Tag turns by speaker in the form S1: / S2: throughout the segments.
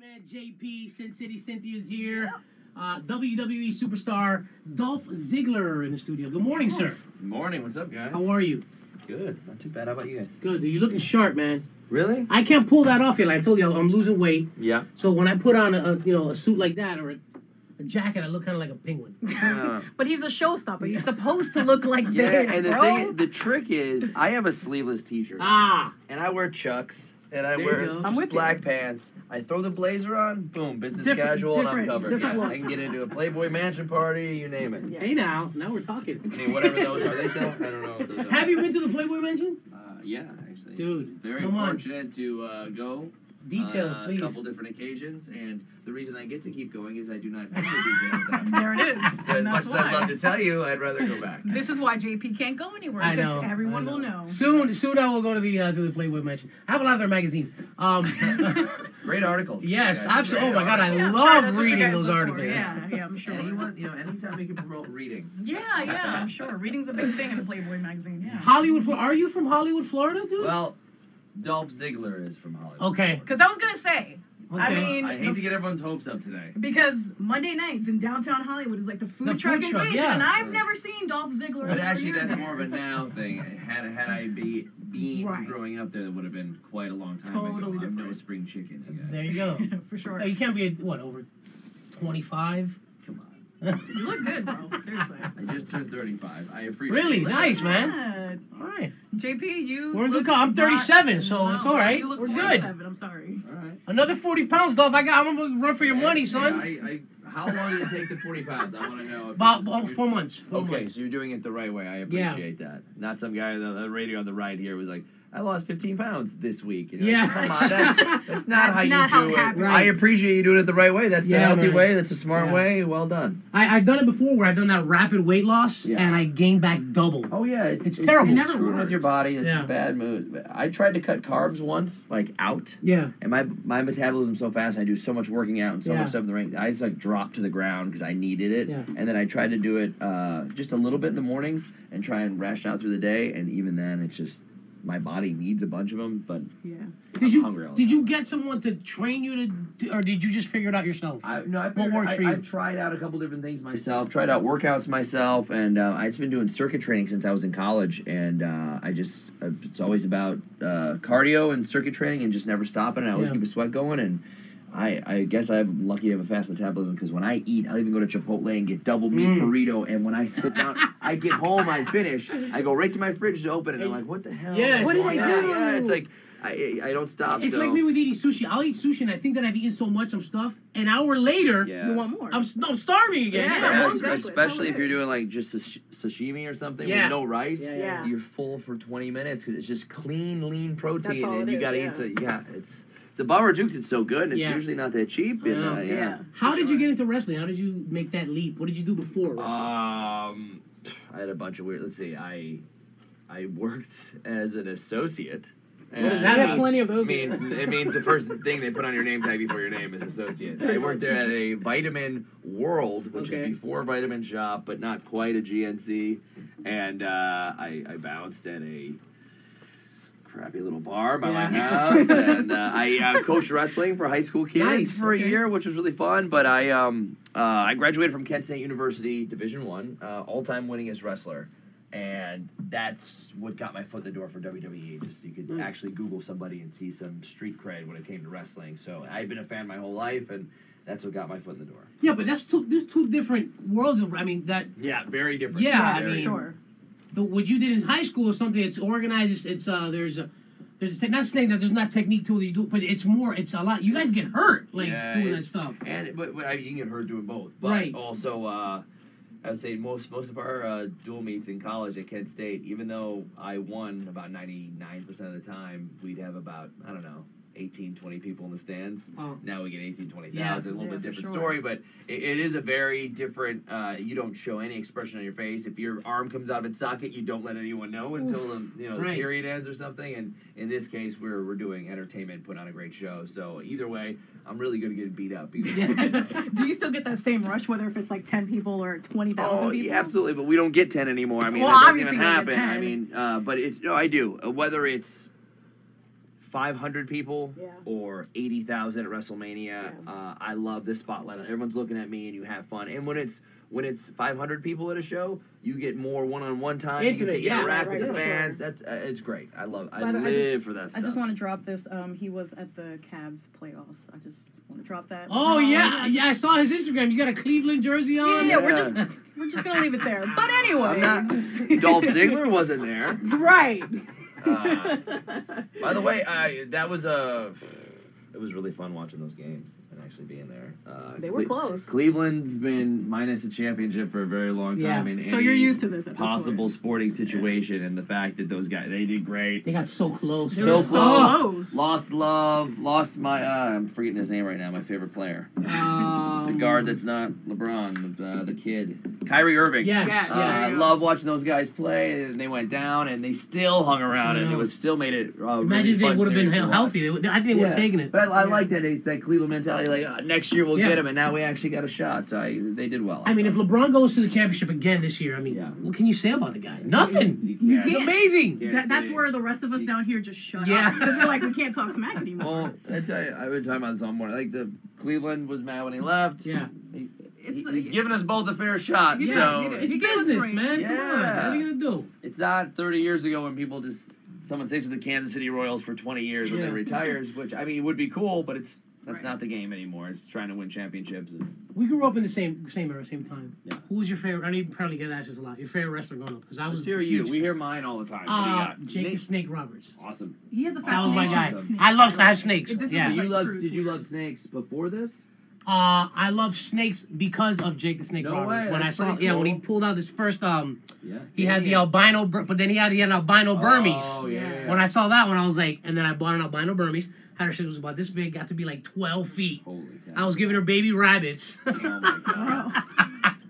S1: man JP, Sin City Cynthia's here. Uh, WWE superstar Dolph Ziggler in the studio. Good morning, sir.
S2: Morning, what's up, guys?
S1: How are you?
S2: Good, not too bad. How about you guys?
S1: Good. You're looking sharp, man.
S2: Really?
S1: I can't pull that off yet. Like I told you, I'm losing weight.
S2: Yeah.
S1: So when I put on a, a, you know a suit like that or a, a jacket, I look kind of like a penguin.
S2: yeah,
S3: But he's a showstopper. He's supposed to look like this,
S2: and the
S3: bro.
S2: thing, the trick is, I have a sleeveless T-shirt,
S1: ah,
S2: and I wear chucks, and I
S1: There you
S2: wear
S1: go. I'm
S2: just
S3: with you.
S2: black pants. I throw the blazer on, boom, business
S3: Different-
S2: casual, and I'm
S3: different-
S2: covered.
S3: different
S2: Yeah,
S3: look.
S2: I can get into a Playboy Mansion party, you name it.
S3: Yeah.
S1: hey now, now we're talking.
S2: I mean, whatever those are, they sell. I don't know. What those are.
S1: Have you been to the Playboy Mansion?
S2: Uh, yeah, actually,
S1: Dude,
S2: Very
S1: come on.
S2: fortunate to uh, go
S1: Details,
S2: on a
S1: please.
S2: Uh, couple different occasions, and the reason I get to keep going is I do not have the details. out.
S3: there it is.
S2: So
S3: and
S2: as much
S3: that's
S2: as I'd
S3: why.
S2: love to tell you, I'd rather go back.
S3: This is why JP can't go anywhere
S1: I
S3: because
S1: know.
S3: everyone
S1: I
S3: will know.
S1: Soon, soon I will go to the uh, to the Playboy Mansion. I have a lot of their magazines. Um,
S2: Great articles.
S1: yes,
S2: Yeah,
S1: absolutely. Oh
S2: great
S1: my God, I
S2: articles.
S3: Yeah, I'm sure
S1: love
S3: that's what you
S1: reading
S3: guys
S1: those
S3: look for.
S1: articles.
S3: Yeah, yeah, I'm sure.
S2: Anyone, you know, anytime you can promote reading.
S3: Yeah, yeah, I'm sure. Reading's a big thing in the Playboy magazine. Yeah.
S1: Hollywood, Flo- are you from Hollywood, Florida, dude?
S2: Well, Dolph Ziggler is from Hollywood.
S1: okay.
S3: Because I was gonna say, I
S1: Okay.
S3: mean,
S2: I hate to get everyone's hopes up today.
S3: because Monday nights in downtown Hollywood is like the food
S1: The
S3: truck
S1: food truck,
S3: invasion,
S1: yeah.
S3: and I've never seen Dolph Ziggler.
S2: But
S3: anywhere
S2: actually,
S3: near
S2: that's
S3: there.
S2: more of a now thing. Had had I be been
S3: Right.
S2: growing up there, it would have been quite a long time ago.
S3: Totally
S2: I'm no
S3: different.
S2: spring chicken, you guys.
S1: There you go.
S3: for sure.
S1: Hey, you can't be, what, over 25?
S2: Come on.
S3: You look good, bro. Seriously.
S2: I just turned 35. I appreciate
S1: Really?
S2: it.
S1: Nice, man.
S3: Yeah.
S1: All right.
S3: JP, you.
S1: We're in good
S3: look
S1: call. I'm
S3: not-
S1: 37, so it's all right.
S3: You look
S1: We're good.
S3: 47, I'm sorry.
S2: All right.
S1: Another 40 pounds, Dolph. I got, I'm going to run for your
S2: Yeah,
S1: money,
S2: yeah,
S1: son.
S2: I, I, how long did it take the 40 pounds? I want to know. if
S1: About
S2: this is-
S1: about four months. Four
S2: Okay,
S1: months.
S2: so you're doing it the right way. I
S1: Oh Yeah.
S2: appreciate that. Not some guy on the the radio on the right here was like, I lost 15 pounds this week. And you're
S1: Yeah.
S2: like, Come on, that's, that's not
S3: That's
S2: how
S3: not
S2: you
S3: how
S2: do
S3: it
S2: it.
S3: happens.
S2: I appreciate you doing it the right way. That's the
S1: Yeah,
S2: healthy
S1: man.
S2: way. That's a smart
S1: Yeah.
S2: way. Well done.
S1: I, I've done it before where I've done that rapid weight loss
S2: Yeah.
S1: and I gained back double.
S2: Oh, yeah. It's,
S1: It's terrible.
S2: It's
S1: Never
S2: screwing with your body. It's
S1: Yeah.
S2: a bad move. I tried to cut carbs once, like out.
S1: Yeah.
S2: And my my metabolism so fast, I do so much working out and so
S1: Yeah.
S2: much stuff in the ring. I just like dropped to the ground because I needed it.
S1: Yeah.
S2: And then I tried to do it uh, just a little bit in the mornings and try and ration out through the day. And even then, it's just my body needs a bunch of them. But
S3: Yeah.
S1: Did
S2: hungry
S1: you
S2: all the
S1: did
S2: time.
S1: you get someone to train you to, do, or did you just figure it out yourself?
S2: I, no, I
S1: what works
S2: I,
S1: for you?
S2: I've tried out a couple different things myself. Tried out workouts myself, and uh, I've just been doing circuit training since I was in college. And uh, I just uh, it's always about uh, cardio and circuit training, and just never stopping. And I always
S1: Yeah.
S2: keep a sweat going. And I, I guess I'm lucky to have a fast metabolism because when I eat, I'll even go to Chipotle and get double meat
S1: Mm.
S2: burrito. And when I sit down, I get home, I finish, I go right to my fridge to open, it, and I'm like, what the hell?
S1: Yes.
S2: What did I
S1: Yeah,
S2: do?
S1: yeah.
S2: Yeah, it's like. I, I don't stop.
S1: It's
S2: so-
S1: like me with eating sushi. I'll eat sushi and I think that I've eaten so much, I'm stuffed. An hour later,
S2: Yeah.
S3: You want more?
S1: I'm, s- no, I'm starving again.
S3: Yeah,
S2: Yeah,
S3: well,
S2: es-
S3: exactly. That's
S2: especially
S3: how
S2: if
S3: it
S2: you're
S3: is.
S2: doing like just sash- sashimi or something
S1: Yeah.
S2: with no rice.
S1: Yeah, yeah.
S2: You're full for 20 minutes because it's just clean, lean protein,
S3: all
S2: and
S3: it
S2: you
S3: is,
S2: gotta
S3: yeah.
S2: eat. So yeah, it's it's a bummer, Jukes. It's so good. and It's
S1: Yeah.
S2: usually not that cheap.
S1: I
S2: And,
S1: know.
S2: uh,
S1: Yeah.
S2: yeah.
S1: How
S3: For
S1: did
S3: sure.
S1: you get into wrestling? How did you make that leap? What did you do before wrestling?
S2: Um, I had a bunch of weird. Let's see. I I worked as an associate. What
S1: does that mean?
S4: plenty of those.
S2: means it means the first thing they put on your name tag before your name is associate. I worked there at a Vitamin World, which
S1: Okay.
S2: is before Vitamin Shop, but not quite a GNC. And uh, I, I bounced at a crappy little bar by
S1: Yeah.
S2: my house, and uh, I uh, coached wrestling for high school kids
S1: Nice,
S2: for
S1: okay.
S2: a year, which was really fun. But I um uh, I graduated from Kent State University, Division One, uh, all time winningest wrestler. And that's what got my foot in the door for WWE. Just you could
S1: Mm.
S2: actually Google somebody and see some street cred when it came to wrestling. So I've been a fan my whole life, and that's what got my foot in the door.
S1: yeah, but that's two. There's two different worlds. Of, I mean, that
S2: Yeah, very different.
S1: Yeah, I
S3: for
S1: mean-
S3: sure.
S1: the, what you did in high school is something that's organized. It's, it's uh, there's a there's a tech, not saying that there's not technique to it. You do, but it's more. It's a lot. You guys get hurt like
S2: Yeah,
S1: doing that
S2: it's-
S1: stuff.
S2: And but, but I, you can get hurt doing both. But
S1: Right.
S2: also, uh, I would say most most of our uh, dual meets in college at Kent State, even though I won about ninety nine percent of the time, we'd have about I don't know 18, 20 people in the stands.
S1: Oh.
S2: Now we get 18, 20,000. a
S3: Yeah.
S2: little
S3: Yeah,
S2: bit
S3: for
S2: different
S3: sure.
S2: story, but it, it is a very different. Uh, you don't show any expression on your face. If your arm comes out of its socket, you don't let anyone know until the, you know
S1: Right.
S2: the period ends or something. And in this case, we're we're doing entertainment, put on a great show. So either way, I'm really good at getting beat up. either way.
S3: Do you still get that same rush, whether if it's like 10 people or 20,000
S2: Oh,
S3: people?
S2: yeah, absolutely, but we don't get ten anymore. I uh, mean,
S3: Well,
S2: that doesn't
S3: obviously
S2: even
S3: we don't get
S2: happen. I
S3: 10.
S2: mean, uh, but it's no, I do. Uh, whether it's 500 people
S3: Yeah.
S2: or 80,000 at WrestleMania.
S3: Yeah.
S2: Uh, I love this spotlight. Everyone's looking at me, and you have fun. And when it's when it's 500 people at a show, you get more one-on-one time.
S1: Intimate,
S2: you get
S1: yeah,
S2: to interact
S1: right,
S2: with the
S3: right, sure.
S2: fans. That's uh, it's great. I love. I
S4: By the
S2: live
S4: way, just,
S2: for that
S4: I
S2: stuff.
S4: just want to drop this. Um, he was at the Cavs playoffs. I just want to drop that.
S1: Oh yeah,
S4: I
S1: yeah. I
S4: just-
S1: saw his Instagram. You got a Cleveland jersey
S4: Yeah,
S1: on.
S4: yeah, we're
S2: Yeah.
S4: just we're just gonna leave it there. But
S2: I'm
S4: anyway,
S2: not. Dolph Ziggler wasn't there.
S3: Right.
S2: Uh, by the way, I that was a. It was really fun watching those games and actually being there. Uh,
S3: They were
S2: Cle-
S3: close.
S2: Cleveland's been minus a championship for a very long time.
S1: Yeah.
S2: In
S3: So
S2: any
S3: you're used to this at this
S2: possible
S3: point.
S2: sporting situation, and the fact that those guys they did great.
S1: They got so close.
S2: So
S3: were
S2: close.
S3: so close.
S2: Lost love. Lost my. Uh, I'm forgetting his name right now. My favorite player,
S1: Um,
S2: the guard that's not LeBron, the, uh, the kid, Kyrie Irving.
S1: Yes.
S3: Yes.
S2: Uh,
S1: Yeah.
S2: I love watching those guys play, and they went down, and they still hung around, and
S1: I
S2: it
S1: know.
S2: was still made it. Uh,
S1: Imagine if
S2: really
S1: they would have been he- healthy.
S2: They
S1: They would- I think they would have taken it.
S2: But I, I like that it's that Cleveland mentality. Like "Ah, next year we'll
S1: Yeah.
S2: get him, and now we actually got a shot. So I, they did well.
S1: I mean, if LeBron goes to the championship again this year, I mean,
S2: Yeah.
S1: what can you say about the guy? Nothing.
S2: You
S1: It's
S2: can't.
S1: amazing.
S2: Yeah.
S4: that, that's where the rest of us down here just shut
S1: Yeah.
S4: up because we're like we can't talk smack anymore.
S2: well, that's I, I've been talking about this all morning. Like the Cleveland was mad when he left.
S1: Yeah.
S2: He-
S4: It's
S2: he-
S4: the-
S2: he's giving us both a fair shot.
S4: Yeah,
S2: so
S4: he did.
S1: It's
S4: He gave us
S1: business,
S4: rings.
S1: man. Come on.
S2: Yeah.
S1: What are you gonna do?
S2: It's not 30 years ago when people just someone stays with the Kansas City Royals for 20 years and
S1: Yeah.
S2: then retires, which I mean it would be cool, but it's that's
S4: Right.
S2: not the game anymore. It's trying to win championships. And,
S1: We grew up in the same same era, same time.
S2: Yeah.
S1: Who was your favorite? I know you probably get asked this a lot. Your favorite wrestler growing up? Because I was
S2: let's hear
S1: a
S2: you.
S1: huge-
S2: We hear mine all the time. What do you
S1: uh,
S2: got?
S1: Jake the
S2: Nick-
S1: Snake Roberts.
S2: awesome.
S4: He has a
S1: That was
S4: fascination.
S1: Oh my
S2: Fascinating.
S1: guy.
S4: with snakes.
S1: I love I have snakes.
S4: This is
S1: yeah.
S4: like-
S2: you love
S4: true
S2: did you
S4: Twitter.
S2: love snakes before this?
S1: Uh, I love snakes because of Jake the Snake
S2: No
S1: Roberts.
S2: way,
S1: When I
S2: that's
S1: saw,
S2: pretty
S1: yeah, when he
S2: cool.
S1: pulled out his first, um,
S2: Yeah.
S1: he had the albino, bur- but then he had he had an albino Burmese.
S2: Oh yeah. yeah, yeah.
S1: When I saw that one, I was like, and then I bought an albino Burmese. Had her shit was about this big, got to be like twelve feet.
S2: Holy
S1: I was giving her baby rabbits.
S2: Oh my god!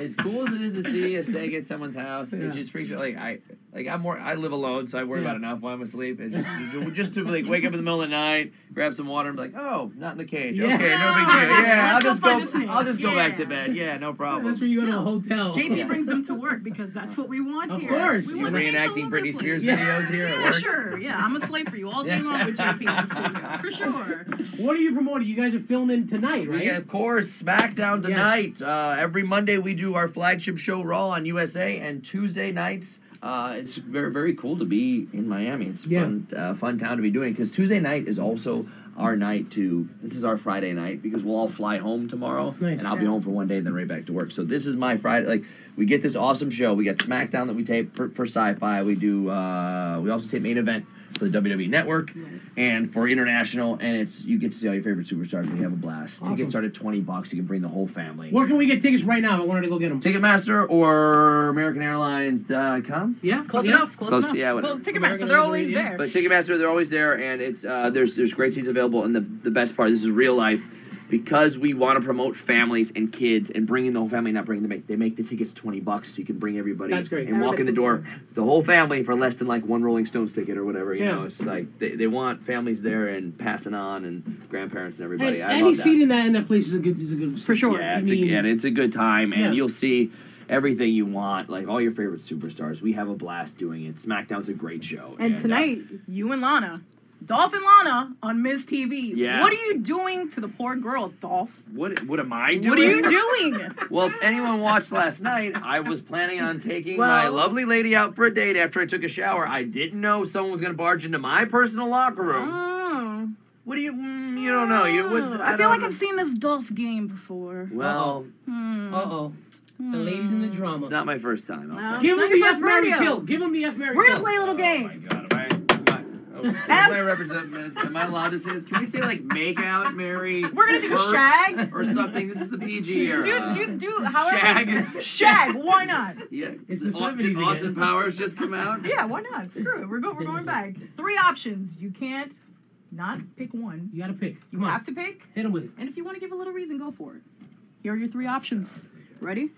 S2: as cool as it is to see a snake at someone's house,
S1: Yeah.
S2: it just freaks me. Like I, like I'm more. I live alone, so I worry
S1: Yeah.
S2: about enough while I'm asleep. And just, ju- just to like wake up in the middle of the night, grab some water, and be like, oh, not in the cage.
S1: Yeah.
S2: Okay, no big deal. Yeah, I'll
S4: Let's go
S2: just
S4: find
S2: go.
S4: a snake.
S2: I'll just go back to
S4: Yeah.
S2: bed. Yeah, no problem.
S1: That's where you go to a hotel.
S4: JP
S2: Oh, Yeah.
S4: brings them to work because that's what we want
S1: Of
S4: here.
S1: course.
S4: we
S2: You're
S4: want snakes all
S2: reenacting
S4: over the
S2: Britney
S4: place.
S2: Spears
S1: Yeah.
S2: videos here at
S4: Yeah,
S2: work.
S4: sure. Yeah, I'm a slave for you all day
S2: Yeah.
S4: long with JP in the studio. For sure.
S1: What are you promoting? You guys are filming tonight, right?
S2: We, of course, SmackDown tonight. Uh, every Monday we do our flagship show Raw on USA, and Tuesday nights. Uh, it's very very cool to be in Miami. It's a
S1: Yeah.
S2: fun uh, fun town to be doing because Tuesday night is also our night to. This is our Friday night because we'll all fly home tomorrow,
S1: Nice.
S2: and I'll be home for one day and then right back to work. So this is my Friday. Like we get this awesome show. We got SmackDown that we tape for, for Sci-Fi. We do. Uh, we also tape main event for the WWE Network and for international. And it's you get to see all your favorite superstars. We have a blast.
S1: Awesome.
S2: Tickets start at twenty bucks. You can bring the whole family.
S1: Where can we get tickets right now? I wanted to go get them.
S2: Ticketmaster or AmericanAirlines.com.
S1: Yeah,
S4: Close
S1: yeah.
S4: enough. Close,
S2: Close,
S4: enough.
S2: yeah, whatever.
S4: close. Ticketmaster, they're always
S1: Yeah.
S4: there.
S2: But Ticketmaster, they're always there, and it's uh, there's there's great seats available. And the the best part, this is real life, because we want to promote families and kids and bringing the whole family, not bringing them. They make the tickets twenty bucks, so you can bring everybody.
S1: That's great.
S2: And walk in the door, the whole family for less than like one Rolling Stones ticket or whatever. You
S1: Yeah.
S2: know, it's like they, they want families there and passing on and grandparents and everybody.
S1: Hey,
S2: I
S1: any
S2: love that.
S1: seat in that in that place is a good is a good
S4: For sure.
S2: Yeah,
S1: I
S2: it's
S1: mean-
S2: a, and it's a good time, and
S1: Yeah.
S2: you'll see everything you want, like all your favorite superstars. We have a blast doing it. SmackDown's a great show.
S4: And
S2: uh,
S4: tonight, you and Lana, Dolph and Lana on Ms. TV.
S2: Yeah.
S4: What are you doing to the poor girl, Dolph?
S2: what what am I doing?
S4: What are you doing?
S2: Well, if anyone watched last night, I was planning on taking my
S4: Well-
S2: lovely lady out for a date after I took a shower. I didn't know someone was going to barge into my personal locker room.
S4: Oh.
S2: What do you? Mm, you don't know. You what's?
S4: Oh,
S2: I,
S4: I, feel
S2: don't
S4: like
S2: know.
S4: I've seen this Dolph game before.
S2: Well,
S1: Uh oh, the ladies in the drama.
S2: it's not my first time. I'll
S4: Well,
S2: say.
S1: Give
S4: It's
S1: him
S4: not
S1: the
S4: your
S1: F
S4: first
S1: Mary
S4: rodeo.
S1: Kill. Give him the F Mary
S4: We're gonna
S1: Kill.
S4: play a little game.
S2: Oh my god! Am I? Am I, oh, is my represent- am I allowed to say this? Can we say like make out, marry?
S4: We're gonna do
S2: hurt,
S4: shag.
S2: or something. This is the PG
S4: Do
S2: era.
S4: do do however
S2: Shag.
S4: Shag, why not?
S2: Yeah.
S1: It's the
S2: Au-
S1: 70s
S2: did
S1: again.
S2: Austin Powers just come out?
S4: Yeah, why not? Screw it. We're go, we're going back. Three options. You can't not pick one.
S1: You gotta pick.
S4: You
S1: Come on,
S4: have to pick.
S1: hit him with it.
S4: And if you want to give a little reason, go for it. Here are your three options. Ready?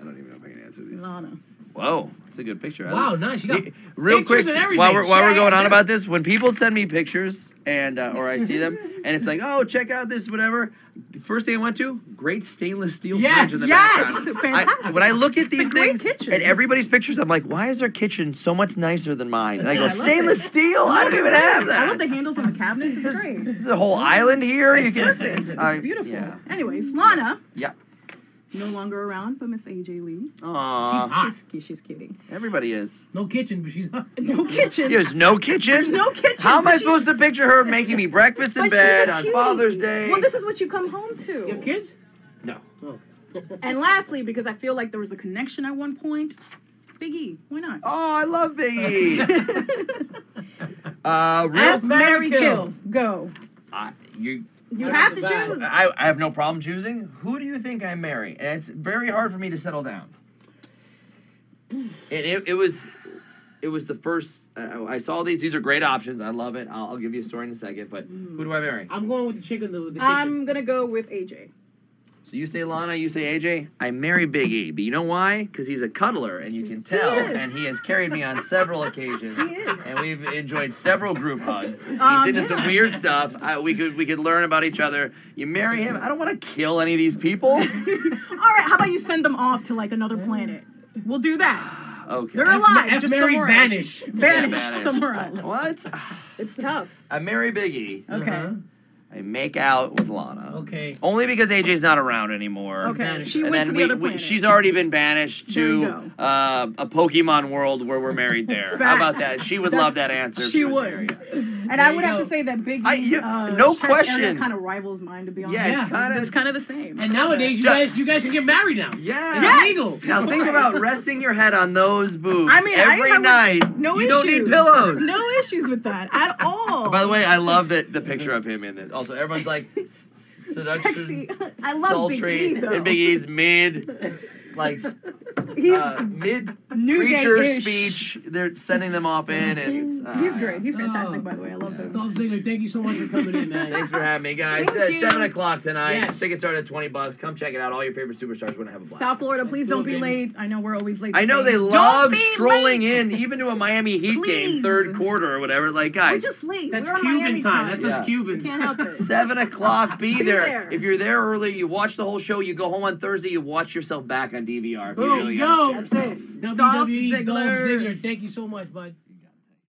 S2: I don't even know if I can answer these.
S4: Lana.
S2: Whoa, that's a good picture. I-
S1: Wow, nice. You got
S2: Yeah, Real
S1: pictures
S2: quick,
S1: and everything.
S2: while we're while we're
S1: Shit.
S2: going on about this, when people send me pictures and uh, or I see them and it's like, oh, check out this whatever. The first thing I went to, great stainless steel
S1: Yes,
S2: fridge in the
S4: yes,
S2: background.
S4: fantastic.
S2: I, when I look at these
S4: a great
S2: things
S4: kitchen.
S2: and everybody's pictures, I'm like, why is their kitchen so much nicer than mine? And I
S4: Yeah,
S2: go,
S4: I love
S2: stainless
S4: it.
S2: steel. I don't even have that.
S4: I love the handles on the cabinets. It's
S2: There's,
S4: great.
S2: there's a whole island here. you can.
S4: Perfect. It's
S2: I-
S4: beautiful.
S2: Yeah.
S4: Anyways, Lana,
S2: yeah.
S4: no longer around, but Miss AJ Lee.
S2: Aw,
S1: hot.
S4: She's, she's, she's kidding.
S2: everybody is.
S1: No kitchen, but she's.
S4: No kitchen.
S2: There's no kitchen.
S4: There's no kitchen,
S2: How am
S4: but
S2: I
S4: she's-
S2: supposed to picture her making me breakfast in
S4: But she's a
S2: bed on
S4: cutie.
S2: Father's Day?
S4: Well, this is what you come home
S1: You have
S4: to.
S1: kids?
S2: no.
S1: Oh.
S4: And lastly, because I feel like there was a connection at one point, Big E. Why not?
S2: Oh, I love Biggie. uh,
S1: Ask
S2: real,
S1: Mary Kill.
S4: Go.
S2: I, you,
S4: You
S1: Right
S4: have
S1: off
S4: to
S1: the bat.
S4: choose.
S2: I, I have no problem choosing. Who do you think I marry? And it's very hard for me to settle down. And it, it was, it was the first. I, I saw these. These are great options. I love it. I'll, I'll give you a story in a second. But who do I marry?
S1: I'm going with the chicken. The, the kitchen.
S4: I'm gonna go with AJ.
S2: So you say Lana, you say AJ. I marry Big E, but you know why? Because he's a cuddler, and you can tell.
S4: is.
S2: and he has carried me on several occasions.
S4: He is.
S2: And we've enjoyed several group hugs. He's
S4: Um,
S2: into some
S4: yeah.
S2: weird stuff. I, we could we could learn about each other. You marry him. I don't want to kill any of these people.
S4: All right. How about you send them off to like another planet? We'll do that.
S2: Okay.
S4: They're alive.
S1: F.
S4: just
S1: Mary
S4: somewhere
S1: Banish.
S4: Else. Banish,
S2: banish.
S4: somewhere else.
S2: What?
S4: It's tough.
S2: I marry Big E.
S4: Okay.
S1: Uh-huh.
S2: I make out with Lana.
S1: Okay.
S2: Only because AJ's not around anymore.
S4: Okay.
S1: Banish.
S4: She
S2: and
S4: went
S2: then
S4: to the
S2: we,
S4: other
S2: we-
S4: planet.
S2: she's already been banished
S4: There you
S2: to
S4: go.
S2: uh, a Pokemon world where we're married there. How about
S4: Facts.
S2: that? She would love that answer. if
S4: She
S2: was
S4: would.
S2: here, yeah.
S4: And I
S1: There
S4: would
S1: you
S4: have to
S1: go.
S4: say that Big
S2: I-
S4: E's,
S2: you-
S4: uh,
S2: no question.
S4: kind of rivals mine, to be honest.
S2: Yeah, it's
S1: Yeah.
S2: kind of
S4: It's kind of the same.
S1: And nowadays, you
S2: Ju-
S1: guys, you guys can get married now.
S2: yeah.
S1: It's
S4: Yes!
S1: legal.
S2: Now think about resting your head on those boobs
S4: I mean, I
S2: every
S4: have
S2: night.
S4: no
S2: you
S4: issues.
S2: don't need pillows.
S4: No issues with that at all.
S2: By the way, I love that the picture of him in this. Also, everyone's like s- s- seduction,
S4: Sexy. I love
S2: sultry,
S4: Big E, though.
S2: and Big E's mid, like s-
S4: he's
S2: uh, mid
S4: new
S2: preacher
S4: day-ish.
S2: speech. They're sending them off in, and it's, uh,
S4: He's great. He's
S1: Oh.
S4: fantastic. By the way, I love him.
S1: Dolph Ziggler, thank you so much for coming in, man.
S2: Thanks for having me, guys.
S4: Thank
S2: Uh,
S4: you.
S2: Seven o'clock tonight.
S1: Yes.
S2: Tickets are at twenty bucks. Come check it out. All your favorite superstars are gonna have a blast.
S4: South Florida,
S1: Let's
S4: please
S1: do
S4: don't
S1: it,
S4: be
S1: baby.
S4: late. I know we're always late. to
S2: I know they
S4: things. Don't
S2: love
S4: be
S2: strolling
S4: late.
S2: in, even to a Miami Heat game,
S4: Please.
S2: third quarter or whatever. Like,
S4: We're
S2: guys,
S4: just late.
S1: That's
S4: we're on
S1: Cuban
S4: Miami
S1: time. That's
S2: Yeah.
S1: us Cubans.
S4: Can't help it.
S2: seven o'clock. Be,
S4: Be
S2: there.
S4: there.
S2: If you're there early, you watch the whole show. You go home on Thursday. You watch yourself back on DVR. If you
S1: Boom.
S2: really
S1: Yo.
S2: gotta see
S1: That's
S2: yourself.
S4: it.
S1: WWE
S4: Dolph
S1: E, Dolph
S4: Ziggler.
S1: Ziggler, thank you so much, bud.